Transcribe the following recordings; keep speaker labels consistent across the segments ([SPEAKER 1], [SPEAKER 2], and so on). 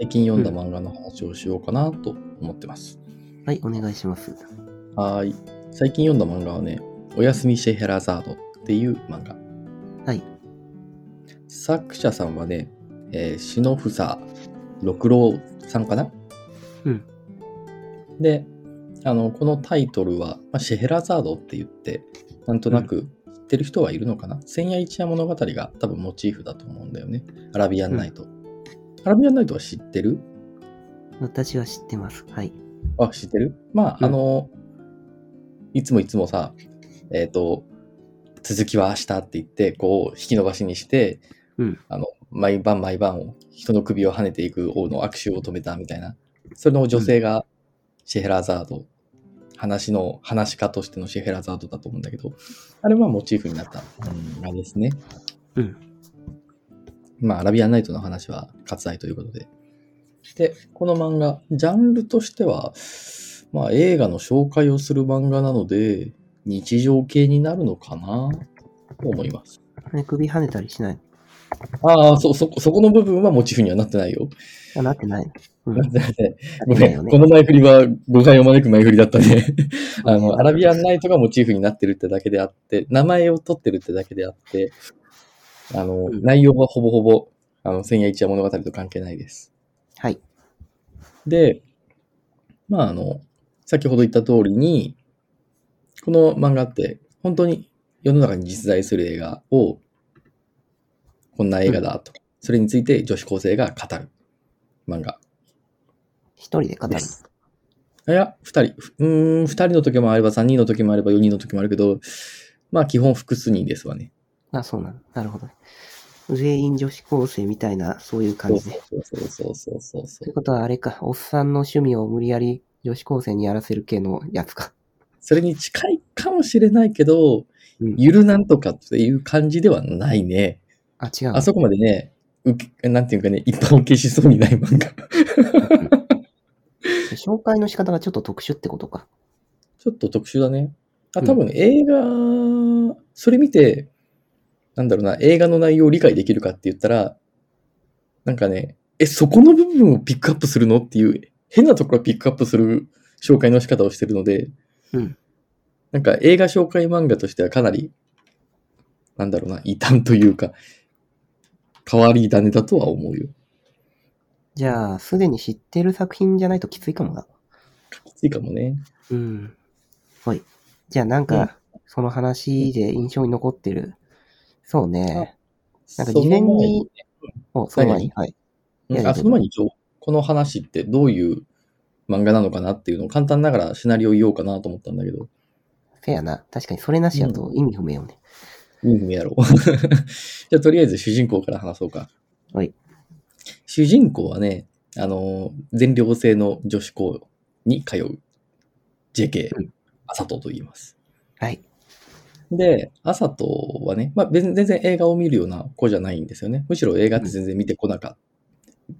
[SPEAKER 1] 最近読んだ漫画の話をしようかなと思ってます、
[SPEAKER 2] はいお願いします
[SPEAKER 1] はーい最近読んだ漫画はね「おやすみシェヘラザード」っていう漫画
[SPEAKER 2] はい
[SPEAKER 1] 作者さんはね、えー、篠房六郎さんかな
[SPEAKER 2] うん
[SPEAKER 1] であのこのタイトルは、まあ、シェヘラザードって言ってなんとなく知ってる人はいるのかな、千夜一夜物語が多分モチーフだと思うんだよねアラビアンナイト、アラビアンナイトは知ってる
[SPEAKER 2] 私は知ってますはい
[SPEAKER 1] あ、知ってるまあ、
[SPEAKER 2] うん
[SPEAKER 1] あの、いつもいつもさ、えっ、と、続きは明日って言って、こう、引き延ばしにして、
[SPEAKER 2] うん
[SPEAKER 1] あの、毎晩毎晩、人の首を跳ねていく王の握手を止めたみたいな、それの女性がシェヘラザード、話の、話し家としてのシェヘラザードだと思うんだけど、あれはモチーフになった漫画ですね。
[SPEAKER 2] うん。
[SPEAKER 1] まあ、アラビアンナイトの話は割愛ということで。で、この漫画、ジャンルとしては、まあ、映画の紹介をする漫画なので、日常系になるのかなと思います。
[SPEAKER 2] ね首跳ねたりしない
[SPEAKER 1] ああ、そ、そこ、そこの部分はモチーフにはなってな いよ。
[SPEAKER 2] あなってないうん
[SPEAKER 1] なってない
[SPEAKER 2] な
[SPEAKER 1] ご
[SPEAKER 2] ってな
[SPEAKER 1] め
[SPEAKER 2] いよ
[SPEAKER 1] ん、
[SPEAKER 2] ね
[SPEAKER 1] この前振りは誤解を招く前振りだったね。あの、アラビアンナイトがモチーフになってるってだけであって、名前を取ってるってだけであって、あの、
[SPEAKER 2] ん
[SPEAKER 1] 内容はほぼほぼ、あの、千夜一夜物語と関係ないです。
[SPEAKER 2] はい
[SPEAKER 1] で、まああの、先ほど言った通りに、この漫画って本当に世の中に実在する映画を、こんな映画だと、それについて女子高生が語る漫画
[SPEAKER 2] 一人で語る
[SPEAKER 1] です。いや、二人、ふうーん、二人の時もあれば、三人の時もあれば、四人の時もあるけど、まあ基本複数人ですわね。
[SPEAKER 2] あそうなのなるほど全員女子高生みたいなそういう感じで
[SPEAKER 1] そうそうそうそうそうそ
[SPEAKER 2] というう。ことはあれかおっさんの趣味を無理やり女子高生にやらせる系のやつか
[SPEAKER 1] それに近いかもしれないけど、
[SPEAKER 2] うん
[SPEAKER 1] ゆるなんとかっていう感じではないね。
[SPEAKER 2] あ違うの
[SPEAKER 1] あそこまでね、受けなんていうかね、一般受けしそうにない漫画。
[SPEAKER 2] 紹介の仕方がちょっと特殊ってことか。
[SPEAKER 1] ちょっと特殊だね。あ、多分映画、それ見て、なんだろうな、映画の内容を理解できるかって言ったら、なんかね、え、そこの部分をピックアップするのっていう、変なところをピックアップする紹介の仕方をしてるので、
[SPEAKER 2] うん
[SPEAKER 1] なんか映画紹介漫画としてはかなり、なんだろうな、異端というか、変わり種だとは思うよ。
[SPEAKER 2] じゃあ、すでに知ってる作品じゃないときついかもな。
[SPEAKER 1] きついかもね。
[SPEAKER 2] うん。はい。じゃあ、なんか、その話で印象に残ってる。そうね。なんか事前に、お、その前に。はい。いやいや
[SPEAKER 1] あその前に一応、この話ってどういう漫画なのかなっていうのを簡単ながらシナリオ言おうかなと思ったんだけど、
[SPEAKER 2] フェアな。確かに、それなしやと意味不明よね。
[SPEAKER 1] うん、やろう。 じゃあ、とりあえず主人公から話そうか。
[SPEAKER 2] はい。
[SPEAKER 1] 主人公はね、あの、全寮制の女子校に通う JK
[SPEAKER 2] うん、
[SPEAKER 1] あさとと言います。
[SPEAKER 2] はい。
[SPEAKER 1] で、あさとはね、まあ、別に全然映画を見るような子じゃないんですよね。むしろ映画って全然見てこなかっ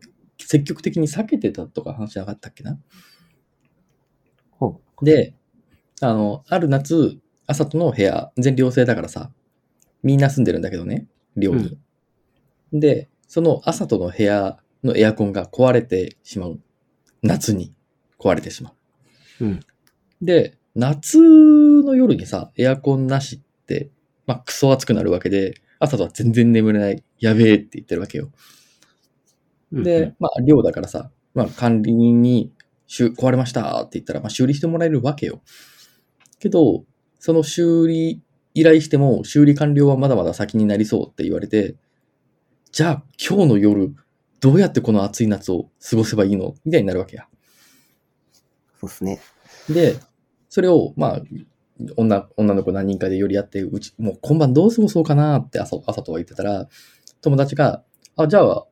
[SPEAKER 1] た。積極的に避けてたとか話じゃなかったっけな
[SPEAKER 2] ほ
[SPEAKER 1] で、あの、ある夏、あさとの部屋、全寮制だからさ、みんな住んでるんだけどね、寮に。で、そのあさとの部屋のエアコンが壊れてしまう。夏に壊れてしまう。
[SPEAKER 2] うん
[SPEAKER 1] で、夏の夜にさ、エアコンなしって、まあ、クソ暑くなるわけで、あさとは全然眠れない。やべえって言ってるわけよ。
[SPEAKER 2] う。
[SPEAKER 1] で、まあ、寮だからさ、まあ、管理人に修壊れましたって言ったら、まあ、修理してもらえるわけよ。けど、その修理依頼しても、修理完了はまだまだ先になりそうって言われて、じゃあ、今日の夜、どうやってこの暑い夏を過ごせばいいのみたいになるわけや。
[SPEAKER 2] そうっすね。
[SPEAKER 1] で、それを、まあ、女、女の子何人かで寄り合って、うち、もう今晩どう過ごそうかなって朝、朝とは言ってたら、友達が、あ、じゃあ、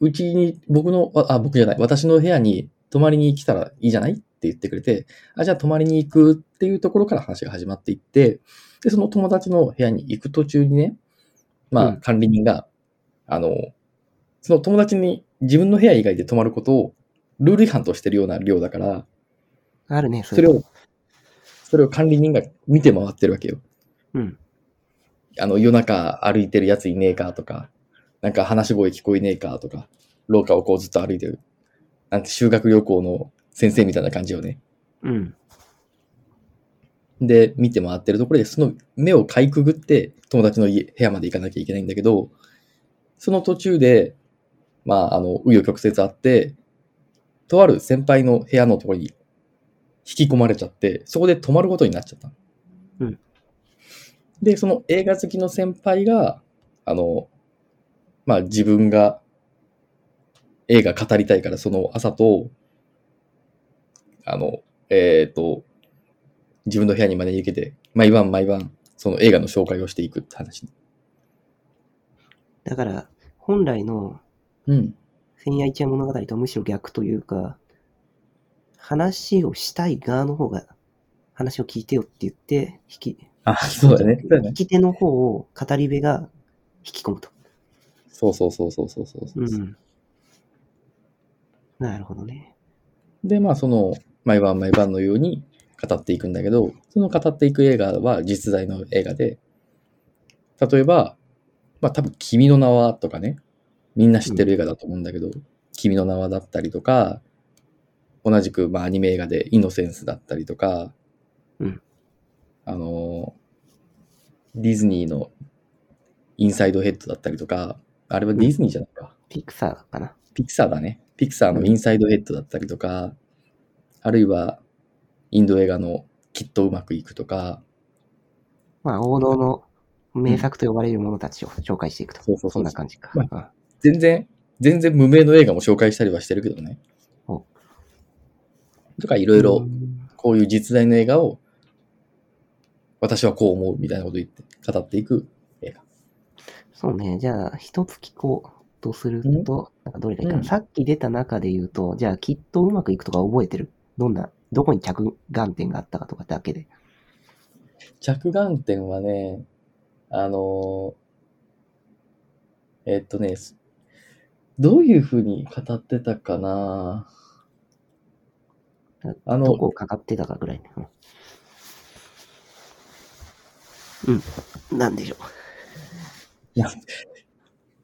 [SPEAKER 1] うちに、僕の、あ、あ僕じゃない、私の部屋に泊まりに来たらいいじゃないって言ってくれて、あ、じゃあ泊まりに行くっていうところから話が始まっていって、で、その友達の部屋に行く途中にね、ま
[SPEAKER 2] う
[SPEAKER 1] あ、
[SPEAKER 2] ん
[SPEAKER 1] 管理人が、あの、その友達に自分の部屋以外で泊まることをルール違反としてるような量だから、
[SPEAKER 2] あるね、そ
[SPEAKER 1] それ
[SPEAKER 2] ういう
[SPEAKER 1] を、それを管理人が見て回ってるわけよ。
[SPEAKER 2] の。うん。
[SPEAKER 1] あの、夜中歩いてるやついねえかとか、なんか話し声聞こえねえかとか、廊下をこうずっと歩いてる。なんて修学旅行の先生みたいな感じよね。
[SPEAKER 2] うん。
[SPEAKER 1] で、見て回ってるところで、その目をかいくぐって友達の家部屋まで行かなきゃいけないんだけど、その途中で、まあ、あの、紆余曲折あって、とある先輩の部屋のところに引き込まれちゃって、そこで泊まることになっちゃった。
[SPEAKER 2] うん
[SPEAKER 1] で、その映画好きの先輩が、あの、まあ自分が映画語りたいから、その朝と、あの、えっ、と、自分の部屋に招き入れて、毎晩毎晩、その映画の紹介をしていくって話。
[SPEAKER 2] だから、本来の
[SPEAKER 1] うん。
[SPEAKER 2] 千夜一夜物語とはむしろ逆というか、話をしたい側の方が、話を聞いてよって言って、引き、
[SPEAKER 1] あ、そうだね。そうだね
[SPEAKER 2] 聞。き手の方を語り部が引き込むと。
[SPEAKER 1] そうそうそうそうそうそうそうう、
[SPEAKER 2] ん。なるほどね。
[SPEAKER 1] で、まあ、その、毎晩毎晩のように語っていくんだけど、その語っていく映画は実在の映画で、例えば、まあ、多分、君の名はとかね、みんな知ってる映画だと思うんだけど、君の名はだったりとか、同じく、まあ、アニメ映画で、イノセンスだったりとか、
[SPEAKER 2] うん
[SPEAKER 1] あの、ディズニーのインサイドヘッドだったりとか、あれはディズニーじゃないか。
[SPEAKER 2] ピクサーかな。
[SPEAKER 1] ピクサーだね。ピクサーのインサイドヘッドだったりとか、あるいはインド映画のきっとうまくいくとか、
[SPEAKER 2] まあ、王道の名作と呼ばれるものたちを紹介していくと。
[SPEAKER 1] そうそうそう
[SPEAKER 2] そんな感じか。
[SPEAKER 1] ま
[SPEAKER 2] あ
[SPEAKER 1] 全然、全然無名の映画も紹介したりはしてるけどね
[SPEAKER 2] お。
[SPEAKER 1] とかいろいろこういう実在の映画を私はこう思うみたいなこと言って語っていく。
[SPEAKER 2] そうね。じゃあ、一つ聞こうとすると、なんかどれがいいかな、
[SPEAKER 1] うん
[SPEAKER 2] さっき出た中で言うと、じゃあ、きっとうまくいくとか覚えてるどんな、どこに着眼点があったかとかだけで。
[SPEAKER 1] 着眼点はね、あの、えっとね、すどういうふうに語ってたかなあの
[SPEAKER 2] ど、こをかかってたかぐらいね。うん。うん。なんでしょ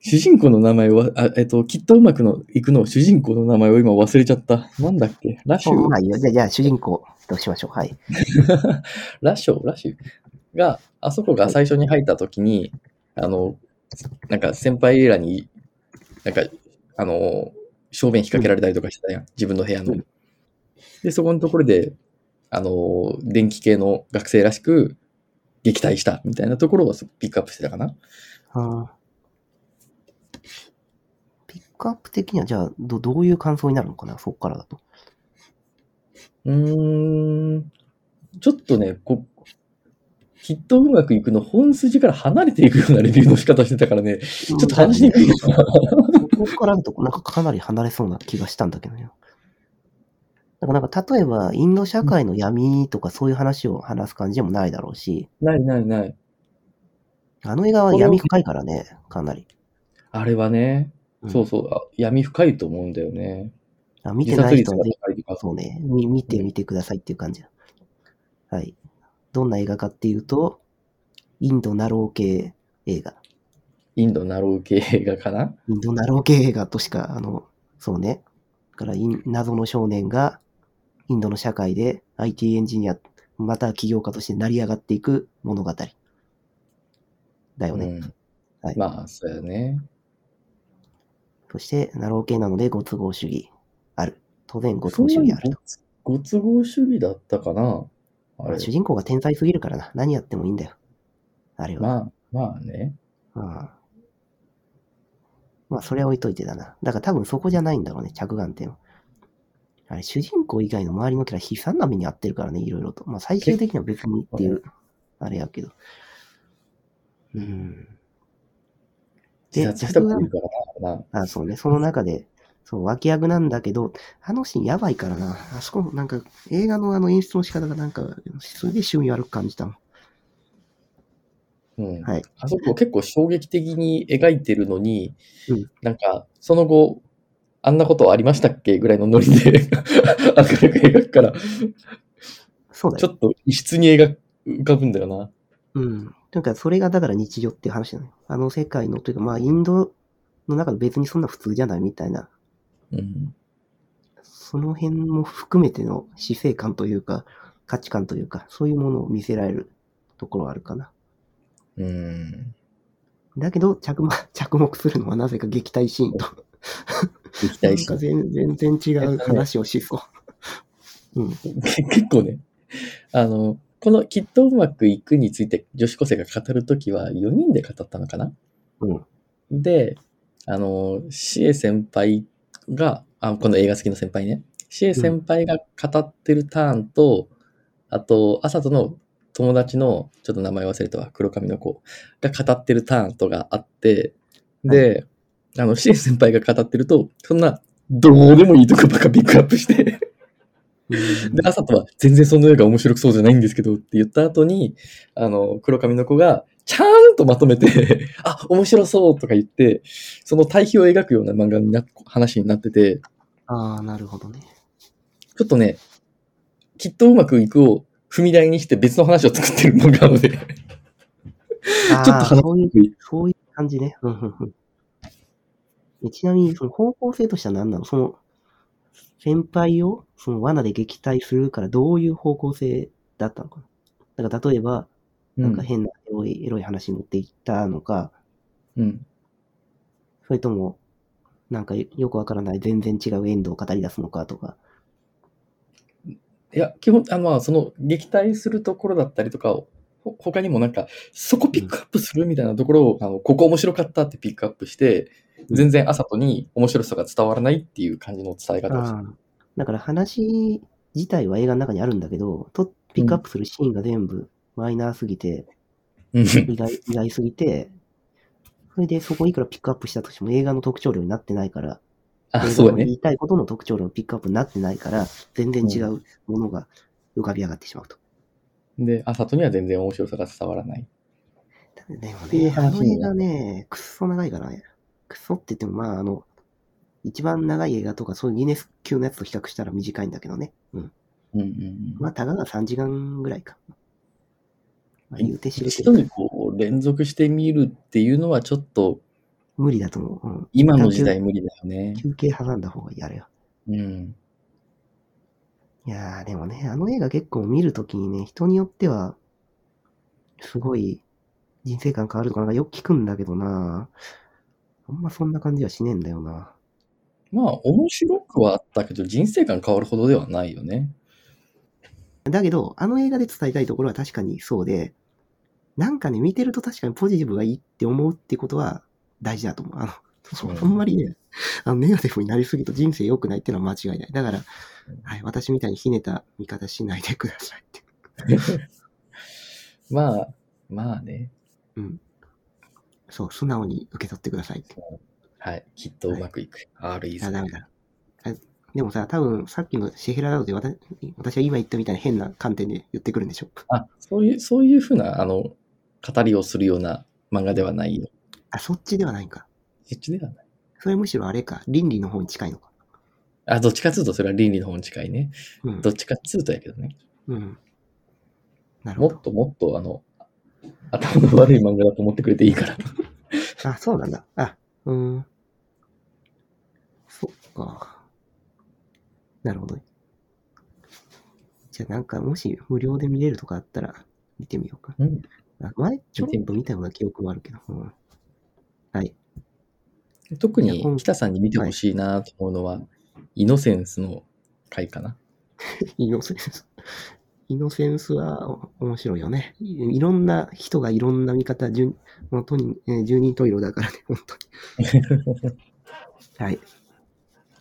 [SPEAKER 1] 主人公の名前は、あえっと、きっとうまくのいくの主人公の名前を今忘れちゃった。なんだっけラシ
[SPEAKER 2] う。
[SPEAKER 1] ュ
[SPEAKER 2] まあいいよ。じゃあ、じゃあ主人公としましょう。はい。
[SPEAKER 1] ラショラシュが、あそこが最初に入った時に、あの、なんか先輩らに、なんか、あの、正面引っ掛けられたりとかしたやん。自分の部屋の
[SPEAKER 2] うん。
[SPEAKER 1] で、そこのところで、あの、電気系の学生らしく撃退したみたいなところをピックアップしてたかな。
[SPEAKER 2] あーピックアップ的には、じゃあど、どういう感想になるのかなそこからだと。
[SPEAKER 1] うーん、ちょっとね、こきっとうまくいくの本筋から離れていくようなレビューの仕方してたからね、
[SPEAKER 2] ち
[SPEAKER 1] ちょっと話しにくいな。
[SPEAKER 2] ここからだと、なんかかなり離れそうな気がしたんだけどね。なんか、なんか例えば、インド社会の闇とかそういう話を話す感じでもないだろうし、
[SPEAKER 1] ないないない。
[SPEAKER 2] あの映画は闇深いからね、かなり。
[SPEAKER 1] あれはね、
[SPEAKER 2] うん
[SPEAKER 1] そうそう、あ闇深いと思うんだよね。
[SPEAKER 2] あ見て
[SPEAKER 1] 自
[SPEAKER 2] な
[SPEAKER 1] 殺
[SPEAKER 2] い
[SPEAKER 1] 率
[SPEAKER 2] 人
[SPEAKER 1] が
[SPEAKER 2] はぜひ、
[SPEAKER 1] 高いとか、
[SPEAKER 2] そうね、み見てみてくださいっていう感じだ。はい。どんな映画かっていうと、インドナロー系映画。
[SPEAKER 1] インドナロー系映画かな
[SPEAKER 2] インドナロー系映画としか、あの、そうね。だからイン、謎の少年が、インドの社会で IT エンジニア、または起業家として成り上がっていく物語。だよ
[SPEAKER 1] う
[SPEAKER 2] ね。
[SPEAKER 1] ん
[SPEAKER 2] はい。
[SPEAKER 1] まあ、そうやね。
[SPEAKER 2] そして、ナロー系なので、ご都合主義ある。当然、ご都合主義あると。
[SPEAKER 1] ご都合主義だったかなあれ
[SPEAKER 2] 主人公が天才すぎるからな。何やってもいいんだよ。あれは。
[SPEAKER 1] まあ、まあね。
[SPEAKER 2] うんまあ、それは置いといてだな。だから多分そこじゃないんだろうね、着眼点は。あれ、主人公以外の周りのキャラ悲惨な目に遭ってるからね、いろいろと。まあ、最終的には別にっていう、あれやけど。うん。
[SPEAKER 1] 自殺した子いるからな、あれな。
[SPEAKER 2] あ、そうね。その中で、そう、脇役なんだけど、あのシーンやばいからな。あそこ、なんか、映画のあの演出の仕方がなんか、すげえ趣味悪く感じたもん。
[SPEAKER 1] うん。
[SPEAKER 2] はい。
[SPEAKER 1] あそこ結構衝撃的に描いてるのに、
[SPEAKER 2] うん
[SPEAKER 1] なんか、その後、あんなことありましたっけぐらいのノリで 明るく描くから、
[SPEAKER 2] そうだ
[SPEAKER 1] ち
[SPEAKER 2] よ。
[SPEAKER 1] ょっと異質に描く浮かぶんだよな。
[SPEAKER 2] うん。なんか、それがだから日常っていう話なのよ。あの世界の、というか、まあ、インドの中で別にそんな普通じゃないみたいな、
[SPEAKER 1] うん。
[SPEAKER 2] その辺も含めての死生観というか、価値観というか、そういうものを見せられるところはあるかな。
[SPEAKER 1] うん。
[SPEAKER 2] だけど、着目、 着目するのはなぜか撃退シーンと。
[SPEAKER 1] 行きたいし
[SPEAKER 2] なんか。全全然違 う話をしそう。
[SPEAKER 1] 結構ね、あの、このきっとうまくいくについて女子高生が語るときは4人で語ったのかな
[SPEAKER 2] うん
[SPEAKER 1] で、あの、シエ先輩が、あ、この映画好きの先輩ね。シエ先輩が語ってるターンと、あと、朝との友達の、ちょっと名前忘れたわ、黒髪の子が語ってるターンとがあって、で、あの、シエ先輩が語ってると、そんな、どうでもいいとこばっかピックアップして、
[SPEAKER 2] うん
[SPEAKER 1] で、朝とは全然その映画面白くそうじゃないんですけどって言った後に、あの、黒髪の子が、ちゃんとまとめて、 あ、面白そうとか言って、その対比を描くような漫画にな、話になってて、
[SPEAKER 2] ああ、なるほどね。
[SPEAKER 1] ちょっとね、きっとうまくいくを踏み台にして別の話を作ってる漫画なので、ちょっ
[SPEAKER 2] あ
[SPEAKER 1] と
[SPEAKER 2] あ、
[SPEAKER 1] 話
[SPEAKER 2] そういう、
[SPEAKER 1] しにくい
[SPEAKER 2] そういう感じね。うんうんうんえちなみに、その方向性としては何なのその、先輩をその罠で撃退するからどういう方向性だったのかなだから例えば、なんか変なエロい、エロい話持っていったのか、
[SPEAKER 1] うん。
[SPEAKER 2] それとも、なんかよくわからない全然違うエンドを語り出すのかとか。
[SPEAKER 1] いや、基本、あの、まあその、撃退するところだったりとかを、ほ他にもなんか、そこピックアップするみたいなところを、あの、ここ面白かったってピックアップして、全然朝とに面白さが伝わらないっていう感じの伝え方をして
[SPEAKER 2] ああだから話自体は映画の中にあるんだけど、とピックアップするシーンが全部マイナーすぎて、
[SPEAKER 1] うん
[SPEAKER 2] 意外、意外すぎて、それでそこいくらピックアップしたとしても映画の特徴量になってないから、
[SPEAKER 1] あ、
[SPEAKER 2] 映画
[SPEAKER 1] そ
[SPEAKER 2] の
[SPEAKER 1] うだ
[SPEAKER 2] 言
[SPEAKER 1] ね。
[SPEAKER 2] いたいことの特徴量のピックアップになってないから、全然違うものが浮かび上がってしまうと。
[SPEAKER 1] で、朝とには全然面白さが伝わらない。
[SPEAKER 2] でも
[SPEAKER 1] ていう
[SPEAKER 2] ね、あ
[SPEAKER 1] 話
[SPEAKER 2] の
[SPEAKER 1] に
[SPEAKER 2] 映
[SPEAKER 1] なる
[SPEAKER 2] 画ね、くっそ長いからね。くっそって言っても、まあ、あの、一番長い映画とか、そういうギネス級のやつと比較したら短いんだけどね。うん。
[SPEAKER 1] うんうん
[SPEAKER 2] まあ、たかが3時間ぐらいか。まあ、言うて知れてる
[SPEAKER 1] 一度
[SPEAKER 2] から
[SPEAKER 1] にこう、連続して見るっていうのはちょっと、
[SPEAKER 2] 無理だと思う。うん。
[SPEAKER 1] 今の時代無理だよね。
[SPEAKER 2] 休憩挟んだ方がいい、あれは。
[SPEAKER 1] うん。
[SPEAKER 2] いやー、でもね、あの映画結構見るときにね、人によっては、すごい人生観変わるとかなんかよく聞くんだけどなあんまそんな感じはしねえんだよな
[SPEAKER 1] まあ、面白くはあったけど、人生観変わるほどではないよね。
[SPEAKER 2] だけど、あの映画で伝えたいところは確かにそうで、なんかね、見てると確かにポジティブがいいって思うってことは大事だと思う。あの、そう
[SPEAKER 1] うん
[SPEAKER 2] あんまりね、あのネガティブになりすぎると人生良くないっていうのは間違いない。だから、はい、私みたいにひねった見方しないでくださいって。
[SPEAKER 1] まあ、まあね。
[SPEAKER 2] うん。そう、素直に受け取ってくださいって。
[SPEAKER 1] はい。きっとうまくいく。R イ
[SPEAKER 2] あ、
[SPEAKER 1] ズ。
[SPEAKER 2] ダメだ。あでもさ、多分さっきのシェヘラなどで私私は今言ったみたいな変な観点で言ってくるんでしょ。
[SPEAKER 1] あ、そういう、そういうふうな、あの、語りをするような漫画ではないよ。
[SPEAKER 2] あ、そっちではないか。
[SPEAKER 1] そっちではない。
[SPEAKER 2] それむしろあれか、倫理の方に近いのか。
[SPEAKER 1] あ、どっちかっつうとそれは倫理の方に近いね。
[SPEAKER 2] うん
[SPEAKER 1] ど。っちかっつうとやけどね。
[SPEAKER 2] うん。なる
[SPEAKER 1] も
[SPEAKER 2] ほど
[SPEAKER 1] っ。ともっと、あの、頭の悪い漫画だと思ってくれていいから。
[SPEAKER 2] あ、そうなんだ。あ、うーん。そっか。なるほどね。じゃあなんか、もし無料で見れるとかあったら、見てみようか。
[SPEAKER 1] うん
[SPEAKER 2] あ前、ちょろっと見たような記憶もあるけど。うん、はい。
[SPEAKER 1] 特
[SPEAKER 2] いや今
[SPEAKER 1] に北さんに見てほしいなと思うのは、イノセンスの回 かな。
[SPEAKER 2] イノセンス。イノセンスはお面白いよね。いいろんな人がいろんな見方、順もうとに、えー、十人十色だからね、 本当に。はい。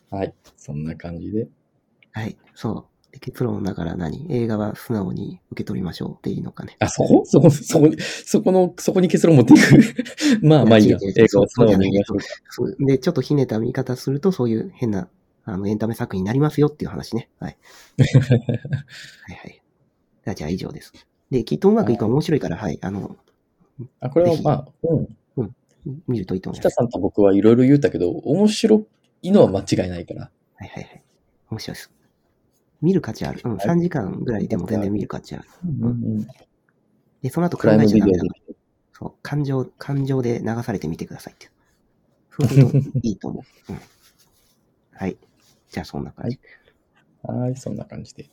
[SPEAKER 1] はい。そんな感じで。
[SPEAKER 2] はい、そう。で結論だから何映画は素直に受け取りましょうでいいのかね。
[SPEAKER 1] あ、そこそこ、そこに、そこの、そこに結論持っていく。 まあまあいいや
[SPEAKER 2] いや違う。違う
[SPEAKER 1] 映画を素直に見ましょう
[SPEAKER 2] そうで、ちょっとひねった見方すると、そういう変な、あの、エンタメ作品になりますよっていう話ね。はい。はいはい。あじゃあ以上です。で、きっとうまくいくは面白いから、はい。あの、
[SPEAKER 1] あ、これ
[SPEAKER 2] ぜ
[SPEAKER 1] は
[SPEAKER 2] ひ
[SPEAKER 1] まあ、うん。
[SPEAKER 2] 見るといいと思いま
[SPEAKER 1] 北
[SPEAKER 2] す。
[SPEAKER 1] さんと僕はいろいろ言ったけど、面白いのは間違いないから。
[SPEAKER 2] はいはいはい。面白いです。見る価値ある。うん、3時間ぐらいでも全然見る価値ある。
[SPEAKER 1] うんうん。
[SPEAKER 2] で、その後
[SPEAKER 1] プ
[SPEAKER 2] 考
[SPEAKER 1] ライム
[SPEAKER 2] えち
[SPEAKER 1] ビ
[SPEAKER 2] ゃ
[SPEAKER 1] デ
[SPEAKER 2] ダ
[SPEAKER 1] オ
[SPEAKER 2] メ
[SPEAKER 1] で
[SPEAKER 2] だ。そう、感情、感情で流されてみてくださいって。そうするといいと思う。うん、はい。じゃあそんな感じ。
[SPEAKER 1] はい、そんな感じで。